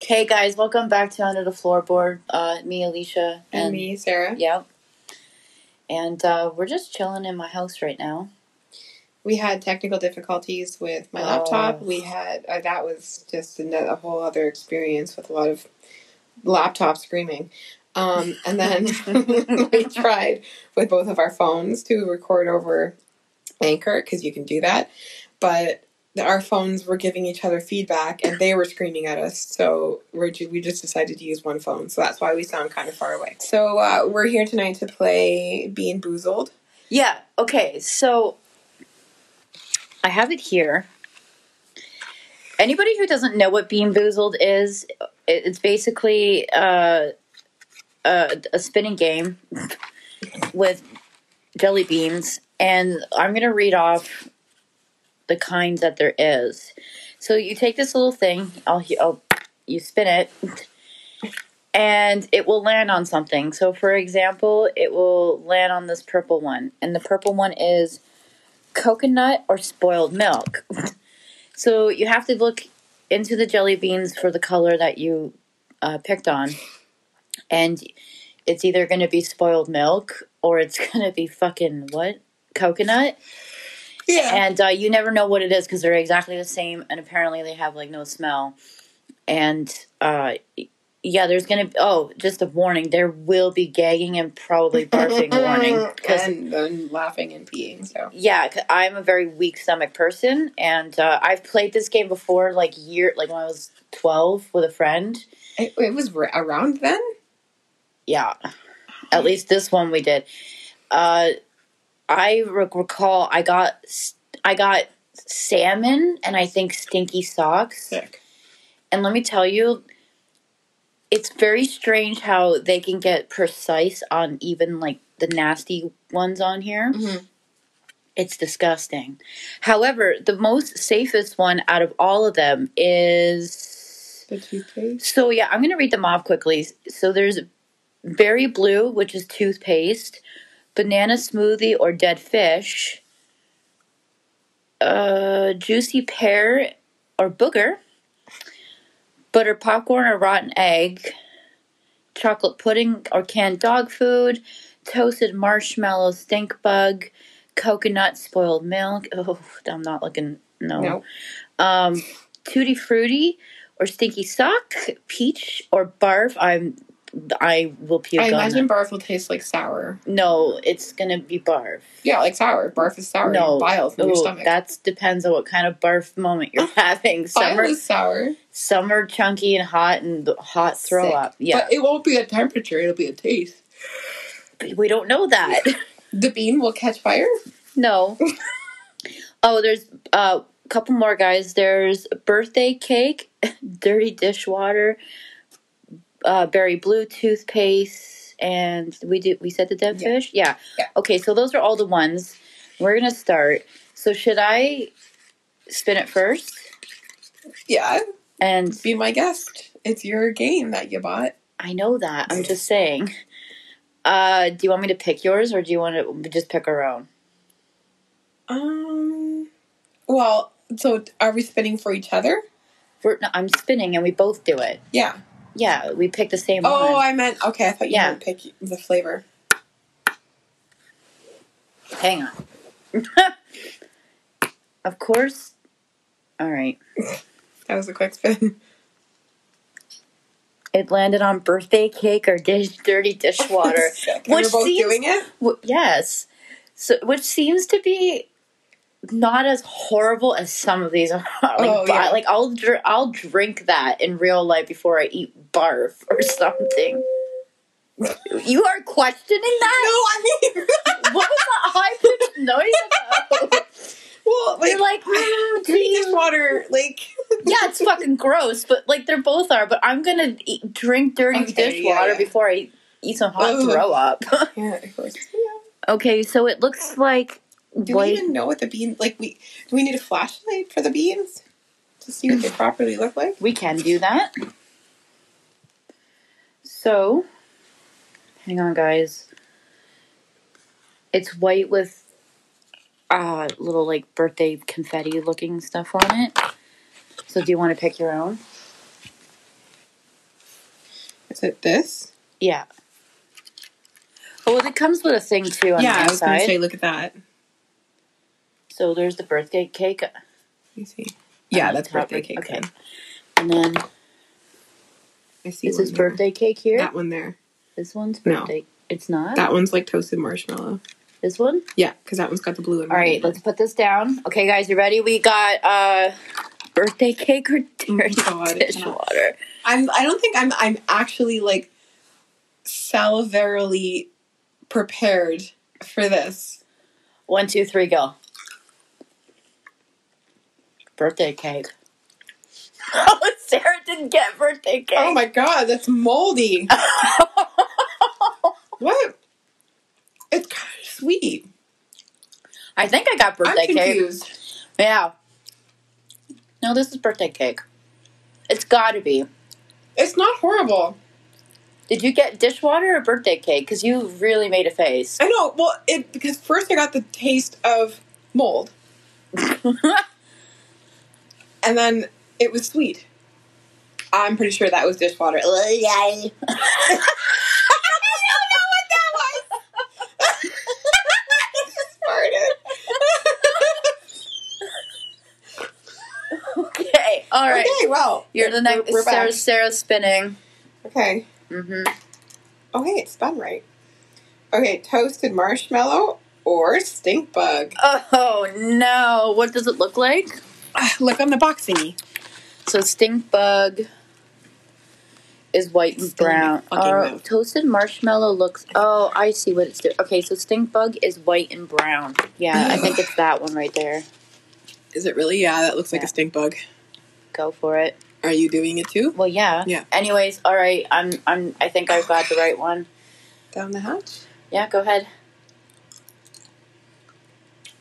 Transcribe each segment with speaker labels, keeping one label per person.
Speaker 1: Hey guys, welcome back to Under the Floorboard. Uh, me, Alicia,
Speaker 2: And, me, Sarah.
Speaker 1: Yep. And uh, we're just chilling in my house right now.
Speaker 2: We had technical difficulties with my
Speaker 1: Oh.
Speaker 2: laptop. We had uh, that was just another, a whole other experience with a lot of laptop screaming. Um, and then we tried with both of our phones to record over Anchor because you can do that, but the- our phones were giving each other feedback and they were screaming at us. So we're ju- we just decided to use one phone. So that's why we sound kind of far away. So uh, we're here tonight to play Being Boozled.
Speaker 1: Yeah. Okay. So I have it here. Anybody who doesn't know what Bean Boozled is, it- it's basically uh, a, a spinning game with jelly beans, and I'm gonna read off the kind that there is. So you take this little thing, I'll, I'll you spin it, and it will land on something. So, for example, it will land on this purple one, and the purple one is coconut or spoiled milk. so, you have to look into the jelly beans for the color that you uh, picked on, and it's either going to be spoiled milk or it's going to be fucking what? Coconut?
Speaker 2: Yeah.
Speaker 1: and uh, you never know what it is because they're exactly the same, and apparently they have like no smell. And uh, yeah, there's gonna oh, just a warning: there will be gagging and probably barfing warning because
Speaker 2: Mm, and then laughing and peeing. So
Speaker 1: yeah, 'cause I'm a very weak stomach person, and uh, I've played this game before, like year, like when I was 12 with a friend.
Speaker 2: it, it was r- around then.
Speaker 1: Yeah,
Speaker 2: Mm-hmm.
Speaker 1: at least this one we did. Uh, I rec- recall I got s- I got salmon and I think stinky socks.
Speaker 2: Sick.
Speaker 1: And let me tell you, it's very strange how they can get precise on even like the nasty ones on here.
Speaker 2: Mhm.
Speaker 1: It's disgusting. However, the most safest one out of all of them is.
Speaker 2: The toothpaste.
Speaker 1: So, yeah, I'm going to read them off quickly. So, there's berry blue, which is toothpaste, banana smoothie or dead fish, uh, juicy pear or booger, butter popcorn or rotten egg, chocolate pudding or canned dog food, toasted marshmallow stink bug, coconut spoiled milk. Oh, I'm not looking. No.
Speaker 2: No.
Speaker 1: Um, tutti frutti or stinky sock, peach or barf. I'm. I will puke
Speaker 2: I
Speaker 1: on that.
Speaker 2: imagine barf will taste like sour.
Speaker 1: No, it's gonna be barf.
Speaker 2: Yeah, like sour. Barf is sour.
Speaker 1: No.
Speaker 2: bile from your
Speaker 1: Ooh,
Speaker 2: stomach. Oh,
Speaker 1: That depends on what kind of barf moment you're having. Some
Speaker 2: bile
Speaker 1: are,
Speaker 2: is sour.
Speaker 1: some are chunky and hot and the hot throw
Speaker 2: Sick.
Speaker 1: up. Yeah,
Speaker 2: But it won't be a temperature. It'll be a taste.
Speaker 1: But we don't know that.
Speaker 2: The bean will catch fire.
Speaker 1: no. oh, there's a uh, couple more guys. There's birthday cake, dirty dishwater, uh, berry blue toothpaste, and we did we said the dead
Speaker 2: Yeah.
Speaker 1: fish. Yeah.
Speaker 2: Yeah.
Speaker 1: Okay, so those are all the ones. We're gonna start. So should I spin it first?
Speaker 2: Yeah.
Speaker 1: And
Speaker 2: Be my guest. It's your game that you bought.
Speaker 1: I know that. I'm just saying. Uh, do you want me to pick yours or do you want to just pick our own?
Speaker 2: Um. Well, so are we spinning for each other?
Speaker 1: We're, no, I'm spinning and we both do it.
Speaker 2: Yeah.
Speaker 1: Yeah, we pick the same
Speaker 2: Oh,
Speaker 1: one.
Speaker 2: I meant okay. I thought you
Speaker 1: Yeah.
Speaker 2: meant pick the flavor.
Speaker 1: Hang on. of course. All right.
Speaker 2: That was a quick spin.
Speaker 1: It landed on birthday cake or dish, dirty dishwater.
Speaker 2: Sick. And
Speaker 1: Which
Speaker 2: we're both
Speaker 1: seems-
Speaker 2: doing it.
Speaker 1: W- yes. So, which seems to be not as horrible as some of these are. like,
Speaker 2: Oh,
Speaker 1: bi-
Speaker 2: yeah.
Speaker 1: like I'll dr- I'll drink that in real life before I eat barf or something. you are questioning
Speaker 2: No,
Speaker 1: that?
Speaker 2: I mean,
Speaker 1: what was that high pitched noise about?
Speaker 2: well, like,
Speaker 1: You're like, mm,
Speaker 2: drinking
Speaker 1: geez.
Speaker 2: this water, like,
Speaker 1: yeah, it's fucking gross, but like they're both are. But I'm gonna eat, drink dirty
Speaker 2: Okay,
Speaker 1: dish
Speaker 2: yeah,
Speaker 1: water
Speaker 2: yeah.
Speaker 1: before I eat some hot
Speaker 2: Ugh.
Speaker 1: throw up.
Speaker 2: yeah, of course.
Speaker 1: okay, so it looks like
Speaker 2: Do
Speaker 1: white.
Speaker 2: we even know what the beans like? We do we need a flashlight for the beans to see what they properly look like?
Speaker 1: We can do that. So, hang on, guys. It's white with uh, little like birthday confetti looking stuff on it. So, do you want to pick your own?
Speaker 2: it's at this.
Speaker 1: Yeah. Oh, well, it comes with a thing too on
Speaker 2: yeah, I
Speaker 1: the
Speaker 2: was gonna
Speaker 1: inside.
Speaker 2: say, look at that. Let
Speaker 1: so there's the birthday cake,
Speaker 2: me see. Yeah,
Speaker 1: Uh,
Speaker 2: that's
Speaker 1: top
Speaker 2: birthday
Speaker 1: right-
Speaker 2: cake.
Speaker 1: okay.
Speaker 2: then.
Speaker 1: and then
Speaker 2: I see.
Speaker 1: is
Speaker 2: one
Speaker 1: his
Speaker 2: there.
Speaker 1: birthday cake here.
Speaker 2: That one there.
Speaker 1: This one's
Speaker 2: No.
Speaker 1: birthday. It's not
Speaker 2: That one's like toasted marshmallow.
Speaker 1: this one.
Speaker 2: Yeah, because that one's got the blue and
Speaker 1: All
Speaker 2: red.
Speaker 1: right, let's put this down. Okay, guys, you ready? We got uh, birthday cake or dirty
Speaker 2: Oh God, I cannot.
Speaker 1: dishwater.
Speaker 2: I'm. I don't think I'm. I'm actually like salivarily prepared for this.
Speaker 1: One, two, three, go. Birthday cake. Oh, Sarah didn't get birthday cake.
Speaker 2: Oh my god, that's moldy. what? It's kind of sweet.
Speaker 1: I think I got birthday
Speaker 2: I'm
Speaker 1: cake.
Speaker 2: confused.
Speaker 1: Yeah. No, this is birthday cake. It's gotta be.
Speaker 2: It's not horrible.
Speaker 1: Did you get dishwater or birthday cake? Because you really made a face.
Speaker 2: I know. Well, it because first I got the taste of mold, and then it was sweet. I'm pretty sure that was dishwater. I don't know what that was. I just farted.
Speaker 1: okay, all right.
Speaker 2: Okay. Well,
Speaker 1: You're the
Speaker 2: we're-
Speaker 1: next.
Speaker 2: We're back.
Speaker 1: Sarah's, Sarah's spinning.
Speaker 2: Okay.
Speaker 1: hmm
Speaker 2: Oh, hey, it spun right. Okay, toasted marshmallow or stink bug.
Speaker 1: Oh no! What does it look like?
Speaker 2: Look on the box thingy.
Speaker 1: So stink bug is white and
Speaker 2: Stay in my
Speaker 1: brown.
Speaker 2: fucking
Speaker 1: Oh,
Speaker 2: mouth.
Speaker 1: toasted marshmallow looks. Oh, I see what it's doing. Okay, so stink bug is white and brown. Yeah, I think it's that one right there.
Speaker 2: Is it really? Yeah, that looks like
Speaker 1: Yeah.
Speaker 2: a stink bug.
Speaker 1: Go for it.
Speaker 2: Are you doing it too?
Speaker 1: Well, yeah.
Speaker 2: Yeah.
Speaker 1: Anyways, all right. I'm. I'm. I think I've got the right one.
Speaker 2: Down the hatch.
Speaker 1: Yeah. Go ahead.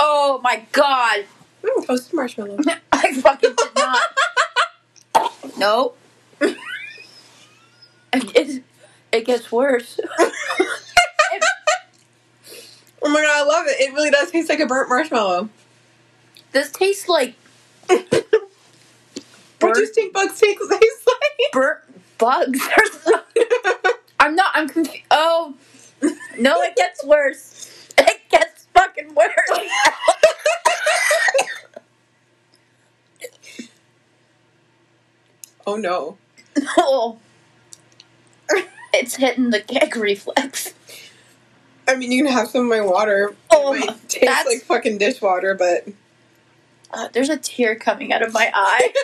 Speaker 1: Oh my god!
Speaker 2: Mm, toasted marshmallow.
Speaker 1: I fucking did not. no. it, gets, it gets worse.
Speaker 2: oh my god, I love it. It really does taste like a burnt marshmallow.
Speaker 1: This tastes like
Speaker 2: What do
Speaker 1: burnt,
Speaker 2: stink bugs taste taste like?
Speaker 1: burnt bugs. There's no- I'm not. I'm confused. Oh no! It gets worse. It gets fucking worse.
Speaker 2: oh no.
Speaker 1: oh. It's hitting the gag reflex.
Speaker 2: I mean, you can have some of my water. It
Speaker 1: Oh,
Speaker 2: might
Speaker 1: my-
Speaker 2: taste
Speaker 1: that's-
Speaker 2: like fucking dishwater, but
Speaker 1: Uh, there's a tear coming out of my eye.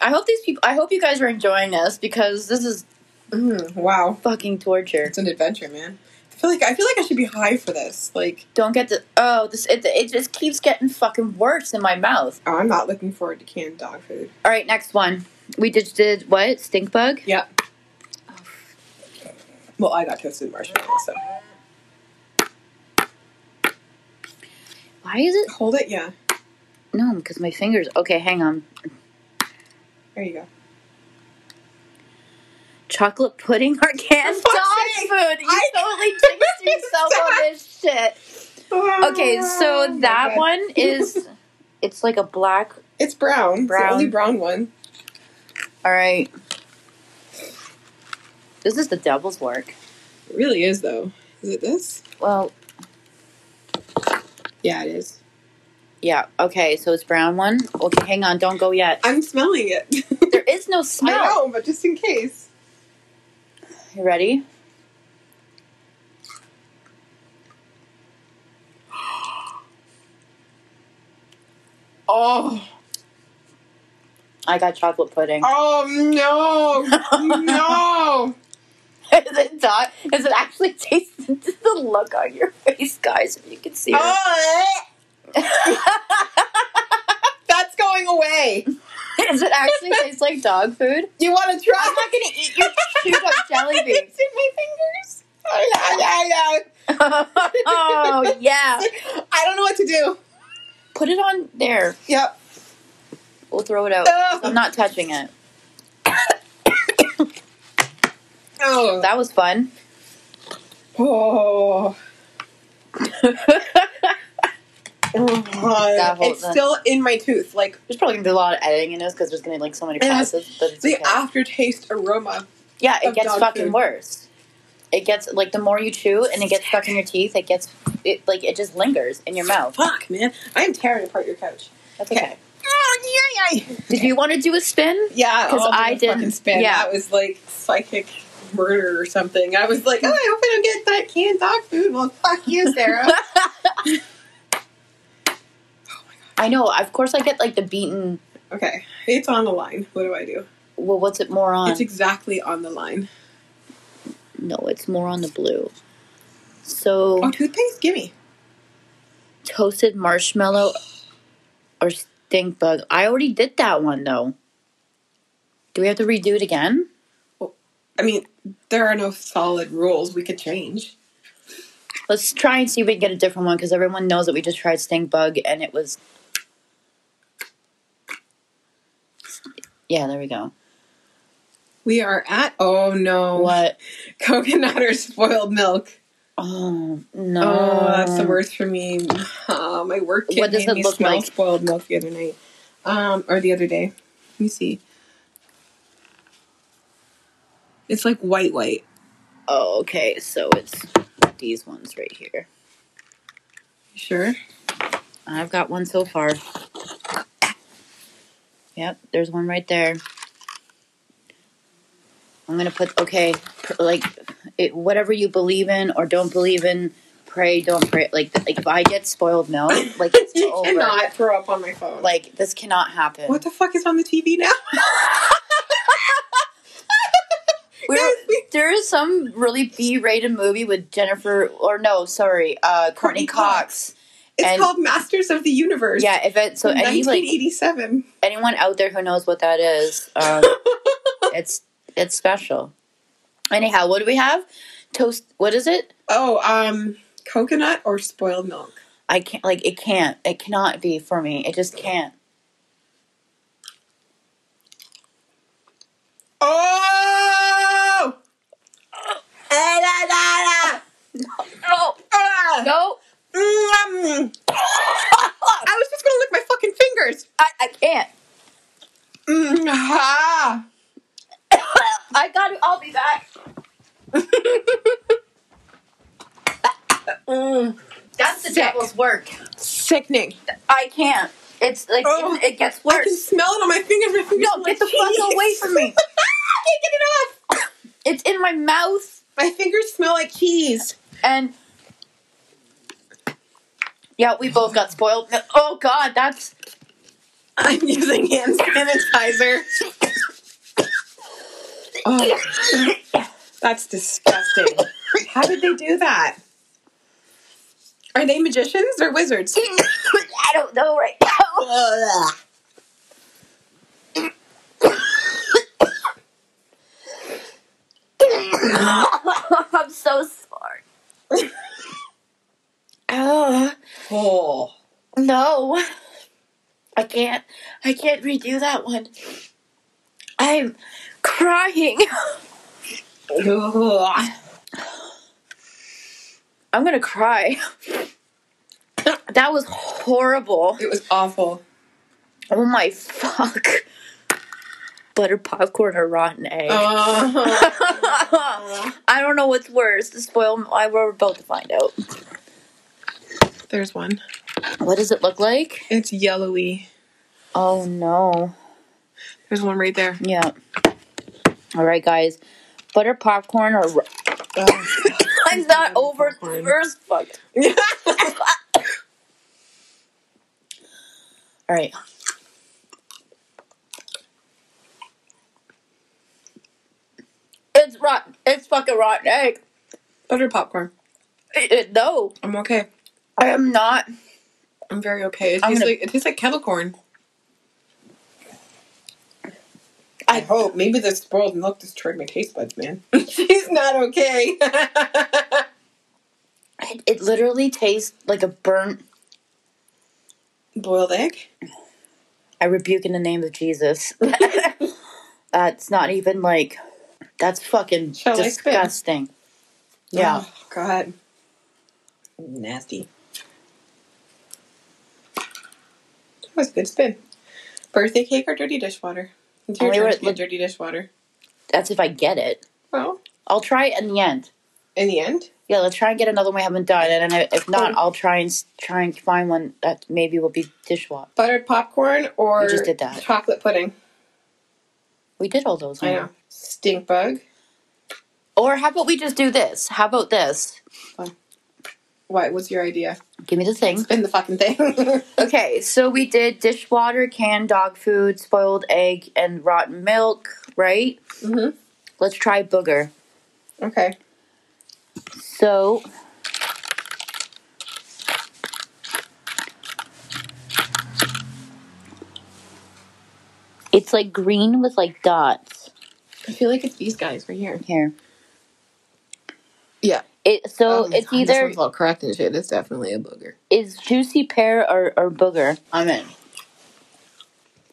Speaker 1: I hope these people. I hope you guys are enjoying this because this is
Speaker 2: mm, wow,
Speaker 1: fucking torture.
Speaker 2: it's an adventure, man. I feel like I feel like I should be high for this. Like,
Speaker 1: Don't get the. Oh, this. It, it just keeps getting fucking worse in my mouth.
Speaker 2: oh, I'm not looking forward to canned dog food.
Speaker 1: All right, next one. We just did what? Stink bug.
Speaker 2: Yep. Well, I got toasted marshmallow, so
Speaker 1: Why is it?
Speaker 2: hold it. Yeah,
Speaker 1: No, because my fingers. Okay, hang on.
Speaker 2: there you go.
Speaker 1: Chocolate pudding or canned
Speaker 2: For fuck's
Speaker 1: dog
Speaker 2: sake.
Speaker 1: food. You
Speaker 2: I-
Speaker 1: totally jinxed yourself on this shit. Okay,
Speaker 2: Oh,
Speaker 1: so
Speaker 2: my
Speaker 1: that
Speaker 2: God.
Speaker 1: one is. It's like a black.
Speaker 2: It's brown. It's
Speaker 1: Brown.
Speaker 2: the only brown one.
Speaker 1: All right. This is the devil's work.
Speaker 2: It really is though. Is it this?
Speaker 1: Well,
Speaker 2: Yeah, it is.
Speaker 1: yeah. Okay, so it's brown one. Okay, hang on. Don't go yet.
Speaker 2: I'm smelling it.
Speaker 1: There is no
Speaker 2: I
Speaker 1: smell.
Speaker 2: know, but just in case.
Speaker 1: You ready?
Speaker 2: Oh,
Speaker 1: I got chocolate pudding.
Speaker 2: oh no, no.
Speaker 1: is it not? Is it actually taste the look on your face, guys? If you can see it.
Speaker 2: Oh, that's going away.
Speaker 1: Does it actually taste like dog food?
Speaker 2: You want to try?
Speaker 1: I'm not gonna eat your chewed up jelly beans.
Speaker 2: it's in my fingers. Oh, yeah, yeah,
Speaker 1: oh yeah.
Speaker 2: yeah. I don't know what to do.
Speaker 1: Put it on there.
Speaker 2: Yep.
Speaker 1: We'll throw it out.
Speaker 2: Ugh.
Speaker 1: I'm not touching it.
Speaker 2: Oh.
Speaker 1: That was fun.
Speaker 2: oh.
Speaker 1: That whole-
Speaker 2: it's still in my tooth. Like
Speaker 1: There's probably gonna be a lot of editing in this because there's gonna be like so many
Speaker 2: It has
Speaker 1: passes. But it's
Speaker 2: the
Speaker 1: okay.
Speaker 2: aftertaste aroma.
Speaker 1: yeah, it
Speaker 2: of
Speaker 1: gets
Speaker 2: dog
Speaker 1: fucking
Speaker 2: food.
Speaker 1: worse. It gets like the more you chew and it gets stuck in your teeth. It gets it like it just lingers in your mouth.
Speaker 2: Fuck, man. I am tearing apart your couch.
Speaker 1: That's
Speaker 2: Okay.
Speaker 1: okay.
Speaker 2: Oh, yay!
Speaker 1: Did you want to do a spin?
Speaker 2: Yeah,
Speaker 1: 'Cause
Speaker 2: I'll do
Speaker 1: I
Speaker 2: the fucking
Speaker 1: didn't-
Speaker 2: Spin.
Speaker 1: yeah.
Speaker 2: that was like psychic murder or something. I was like, oh, I hope I don't get that canned dog food. Well, fuck you, Sarah.
Speaker 1: I know. Of course, I get like the beaten.
Speaker 2: okay, it's on the line. What do I do?
Speaker 1: Well, what's it more on?
Speaker 2: It's exactly on the line.
Speaker 1: no, it's more on the blue.
Speaker 2: Oh,
Speaker 1: So
Speaker 2: toothpaste, gimme.
Speaker 1: toasted marshmallow or stink bug. I already did that one though. Do we have to redo it again?
Speaker 2: I mean, there are no solid rules we could change.
Speaker 1: Let's try and see if we can get a different one because everyone knows that we just tried stink bug and it was. Yeah, there we go.
Speaker 2: We are at oh no,
Speaker 1: What?
Speaker 2: coconut or spoiled milk.
Speaker 1: Oh no!
Speaker 2: Oh, that's the worst for me. Uh, my work kid
Speaker 1: Um. What does
Speaker 2: made
Speaker 1: it
Speaker 2: me
Speaker 1: look
Speaker 2: smell
Speaker 1: like?
Speaker 2: spoiled milk the other night, um, or the other day. Let me see. It's like white, white.
Speaker 1: Oh, okay. So it's these ones right here.
Speaker 2: You sure.
Speaker 1: I've got one so far. Yep, there's one right there. I'm gonna put okay, pr- like it, whatever you believe in or don't believe in. Pray, don't pray. Like, like if I get spoiled milk, like it's
Speaker 2: you
Speaker 1: over.
Speaker 2: cannot throw up on my phone.
Speaker 1: Like this cannot happen.
Speaker 2: what the fuck is on the TV now?
Speaker 1: We're-
Speaker 2: Guys, we-
Speaker 1: there is some really B-rated movie with Jennifer, or no, sorry, uh, Courtney
Speaker 2: Courtney Cox.
Speaker 1: Cox.
Speaker 2: It's
Speaker 1: and-
Speaker 2: called Masters of the Universe.
Speaker 1: Yeah, if it so
Speaker 2: from
Speaker 1: any like
Speaker 2: 1987.
Speaker 1: anyone out there who knows what that is, um, it's it's special. Anyhow, what do we have? Toast. What is it?
Speaker 2: oh, um, coconut or spoiled milk.
Speaker 1: I can't. Like it can't. It cannot be for me. It just can't.
Speaker 2: Oh.
Speaker 1: No.
Speaker 2: Ah!
Speaker 1: No.
Speaker 2: Mm, mm. I was just gonna lick my fucking fingers.
Speaker 1: I, I can't.
Speaker 2: Mm, ha.
Speaker 1: I got it. I'll be back.
Speaker 2: Mm,
Speaker 1: That's the
Speaker 2: Sick.
Speaker 1: devil's work.
Speaker 2: sickening.
Speaker 1: I can't. It's like
Speaker 2: Oh,
Speaker 1: it, it gets
Speaker 2: I can
Speaker 1: worse.
Speaker 2: smell it on my fingers. My fingers
Speaker 1: No, get the fuck away from me.
Speaker 2: Taking it off.
Speaker 1: It's in my mouth
Speaker 2: My fingers smell like cheese.
Speaker 1: and. Yeah, we both got spoiled. No- Oh God, that's
Speaker 2: I'm using hand sanitizer. oh, that's disgusting. How did they do that? Are they magicians or wizards?
Speaker 1: I don't know right now. I'm so sorry. oh
Speaker 2: Oh.
Speaker 1: no, I can't. I can't redo that one. I'm crying.
Speaker 2: Ugh.
Speaker 1: I'm gonna cry. That was horrible.
Speaker 2: It was awful.
Speaker 1: Oh my fuck. Butter popcorn or rotten egg.
Speaker 2: Uh,
Speaker 1: I don't know what's worse. The spoil. I we're about to find out.
Speaker 2: there's one.
Speaker 1: What does it look like?
Speaker 2: It's yellowy.
Speaker 1: Oh no.
Speaker 2: There's one right there.
Speaker 1: Yeah. All right, guys. Butter popcorn or ro- I'm not over the
Speaker 2: popcorn.
Speaker 1: first fuck. All right. It's rotten. It's fucking rotten egg.
Speaker 2: Butter popcorn.
Speaker 1: It- it- no,
Speaker 2: I'm okay.
Speaker 1: I am not.
Speaker 2: I'm very okay. It
Speaker 1: I'm
Speaker 2: tastes
Speaker 1: gonna-
Speaker 2: like it tastes like kettle corn.
Speaker 1: I-
Speaker 2: hope maybe the spoiled milk destroyed my taste buds, man. She's not okay.
Speaker 1: It, it literally tastes like a burnt.
Speaker 2: Boiled egg.
Speaker 1: I rebuke in the name of Jesus. that's not even like. That's fucking
Speaker 2: Shall I spin?
Speaker 1: disgusting. Yeah.
Speaker 2: Oh, God. Nasty. was a good spin. Birthday cake or dirty dishwater? It's your
Speaker 1: Only
Speaker 2: turn
Speaker 1: what
Speaker 2: to
Speaker 1: it
Speaker 2: be
Speaker 1: look-
Speaker 2: dirty dishwater.
Speaker 1: That's if I get it.
Speaker 2: Well,
Speaker 1: I'll try it in the end.
Speaker 2: in the end,
Speaker 1: Yeah, let's try and get another one we haven't done, and I, if not, I'll try and s- try and find one that maybe will be dishwasher.
Speaker 2: buttered popcorn or
Speaker 1: We just did that.
Speaker 2: chocolate pudding.
Speaker 1: We did all those.
Speaker 2: I
Speaker 1: huh?
Speaker 2: know. Stink bug.
Speaker 1: Or how about we just do this? How about this?
Speaker 2: What was your idea?
Speaker 1: Give me the thing.
Speaker 2: Spin the fucking thing. Mm-hmm.
Speaker 1: Okay, so we did dishwater, canned dog food, spoiled egg, and rotten milk, right?
Speaker 2: Mhm.
Speaker 1: Let's try booger.
Speaker 2: okay.
Speaker 1: So. It's like green with like dots
Speaker 2: I feel like it's these guys right here.
Speaker 1: here.
Speaker 2: Yeah.
Speaker 1: It
Speaker 2: Oh,
Speaker 1: so it's either
Speaker 2: all cracked and shit. It's definitely a booger.
Speaker 1: is juicy pear or, or booger. I'm in.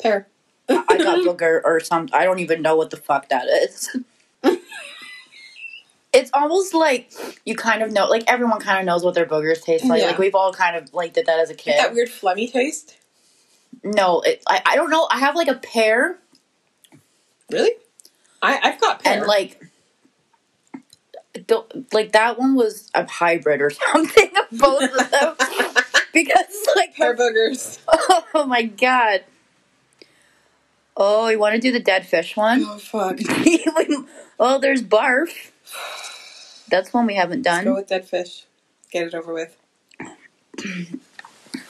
Speaker 2: Pear.
Speaker 1: I got booger or some. I don't even know what the fuck that is. it's almost like you kind of know. Like everyone kind of knows what their boogers taste like.
Speaker 2: Yeah.
Speaker 1: Like we've all kind of like did that as a kid.
Speaker 2: That weird phlegmy taste.
Speaker 1: no, it, I I don't know. I have like a pear
Speaker 2: Really? I I've got pear.
Speaker 1: and like. Don't, like that one was a hybrid or something of both of them because like
Speaker 2: pear boogers.
Speaker 1: oh my god oh you want to do the dead fish one
Speaker 2: Oh fuck.
Speaker 1: well there's barf that's one we haven't
Speaker 2: Let's go
Speaker 1: done
Speaker 2: with dead fish. Get it over with.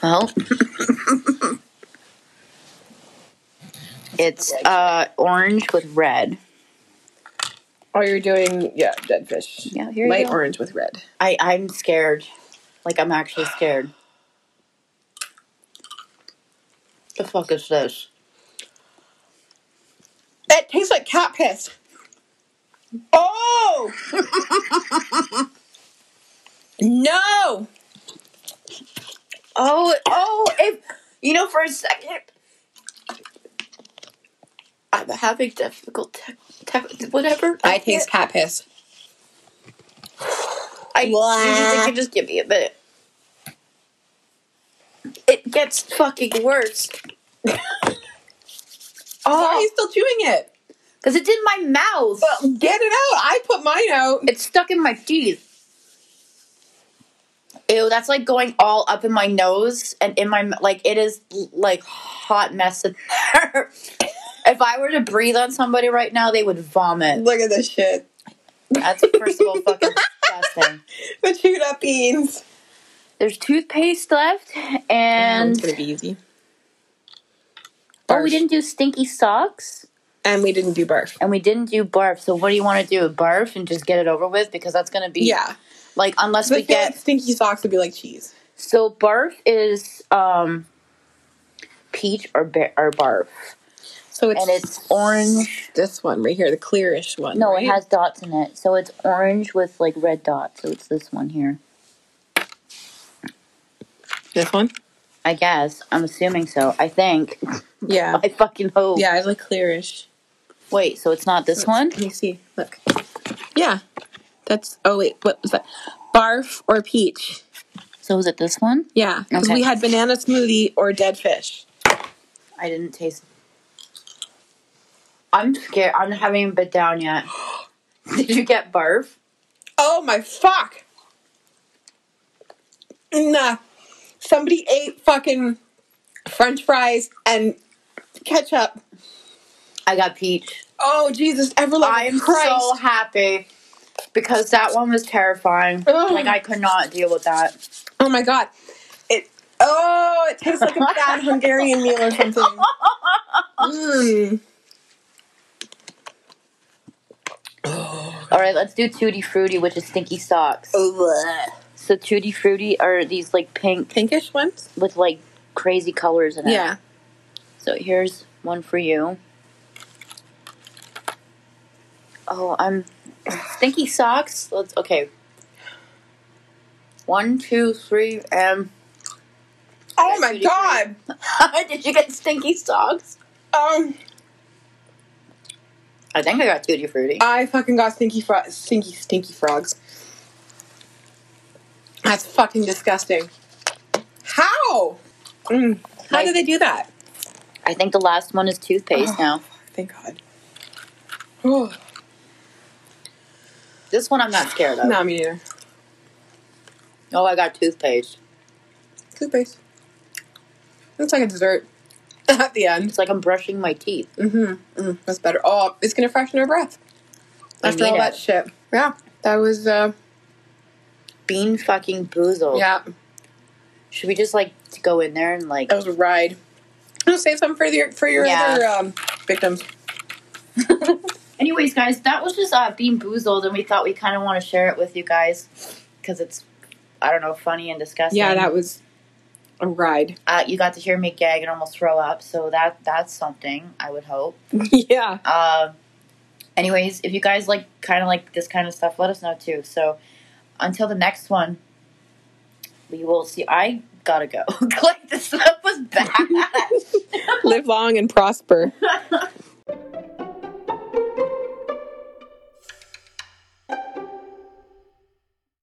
Speaker 1: Well, it's uh, orange with red.
Speaker 2: Oh, you're doing yeah, dead fish.
Speaker 1: Yeah, here you
Speaker 2: Light
Speaker 1: go.
Speaker 2: orange with red.
Speaker 1: I I'm scared, like I'm actually scared. The fuck is this?
Speaker 2: That tastes like cat piss. Oh no!
Speaker 1: Oh oh! If you know for a second, I'm having difficult te- te- whatever.
Speaker 2: I taste cat piss.
Speaker 1: I usually think you just give me a minute. It gets fucking worse.
Speaker 2: Why are
Speaker 1: oh,
Speaker 2: you still chewing it?
Speaker 1: because it's in my mouth.
Speaker 2: Well, get it out. I put mine out.
Speaker 1: It's stuck in my teeth. Ew, that's like going all up in my nose and in my m- like it is l- like hot mess in there. if I were to breathe on somebody right now, they would vomit.
Speaker 2: Look at this shit.
Speaker 1: That's first of all fucking disgusting.
Speaker 2: The chewed up beans.
Speaker 1: There's toothpaste left,
Speaker 2: it's
Speaker 1: and
Speaker 2: gonna be easy.
Speaker 1: oh, we didn't do stinky socks.
Speaker 2: and we didn't do barf.
Speaker 1: and we didn't do barf. So what do you want to do? Barf and just get it over with because that's gonna be
Speaker 2: Yeah,
Speaker 1: like unless
Speaker 2: but I
Speaker 1: we
Speaker 2: feel
Speaker 1: get
Speaker 2: like stinky socks would be like cheese.
Speaker 1: so barf is um peach or bear or barf
Speaker 2: So it's
Speaker 1: and it's orange.
Speaker 2: This one right here, the clearish one.
Speaker 1: No, it
Speaker 2: right?
Speaker 1: has dots in it. So it's orange with like red dots. So it's this one here.
Speaker 2: this one.
Speaker 1: I guess. I'm assuming so. I think.
Speaker 2: Yeah,
Speaker 1: I fucking hope.
Speaker 2: yeah, it's like clearish.
Speaker 1: Wait, so it's not this one?
Speaker 2: Let me see. Look. Yeah, that's. Oh wait, what was that? Barf or peach?
Speaker 1: So is it this one?
Speaker 2: Yeah, 'cause
Speaker 1: Okay.
Speaker 2: we had banana smoothie or dead fish.
Speaker 1: I didn't taste I'm scared. I haven't even bit down yet. Did you get barf?
Speaker 2: Oh my fuck! Nah, somebody ate fucking French fries and ketchup.
Speaker 1: I got peach.
Speaker 2: Oh Jesus, everlasting
Speaker 1: I'm
Speaker 2: Christ!
Speaker 1: so happy because that one was terrifying.
Speaker 2: Ugh.
Speaker 1: Like I could not deal with that.
Speaker 2: Oh my god. It oh, it tastes like a bad Hungarian meal or something. Mm.
Speaker 1: All right, let's do tutti frutti, which is stinky socks.
Speaker 2: Oh.
Speaker 1: So tutti frutti are these like pink
Speaker 2: Pinkish ones?
Speaker 1: with like crazy colors in it.
Speaker 2: Yeah.
Speaker 1: So here's one for you. Oh, I'm stinky socks. Let's okay. One, two, three, and
Speaker 2: Oh my
Speaker 1: Tutti
Speaker 2: god.
Speaker 1: did you get stinky socks?
Speaker 2: Um
Speaker 1: I think I got tutti frutti.
Speaker 2: I fucking got stinky fro- stinky stinky frogs. That's fucking disgusting. How? Mm. How do they do that?
Speaker 1: I think the last one is toothpaste
Speaker 2: Oh.
Speaker 1: now.
Speaker 2: Thank God. Oh,
Speaker 1: This one I'm not scared of.
Speaker 2: no, me neither.
Speaker 1: Oh, I got toothpaste.
Speaker 2: Toothpaste. Looks like a dessert at the end.
Speaker 1: It's like I'm brushing my teeth.
Speaker 2: Mm-hmm. Mm, that's better. Oh, it's gonna freshen her breath
Speaker 1: I
Speaker 2: after
Speaker 1: need
Speaker 2: all
Speaker 1: it.
Speaker 2: that shit. Yeah, that was. uh
Speaker 1: Bean fucking boozled.
Speaker 2: Yeah,
Speaker 1: Should we just like go in there and like
Speaker 2: that was a ride. I'll save some for your for your
Speaker 1: Yeah.
Speaker 2: other um, victims.
Speaker 1: Anyways, guys, that was just uh, being boozled, and we thought we kind of want to share it with you guys because it's, I don't know, funny and disgusting.
Speaker 2: was a ride.
Speaker 1: uh, you got to hear me gag and almost throw up, so that that's something I would hope.
Speaker 2: yeah.
Speaker 1: Uh, anyways, if you guys like kind of like this kind of stuff, let us know too. So until the next one, we will see. I gotta go. like this stuff was bad.
Speaker 2: Live long and prosper.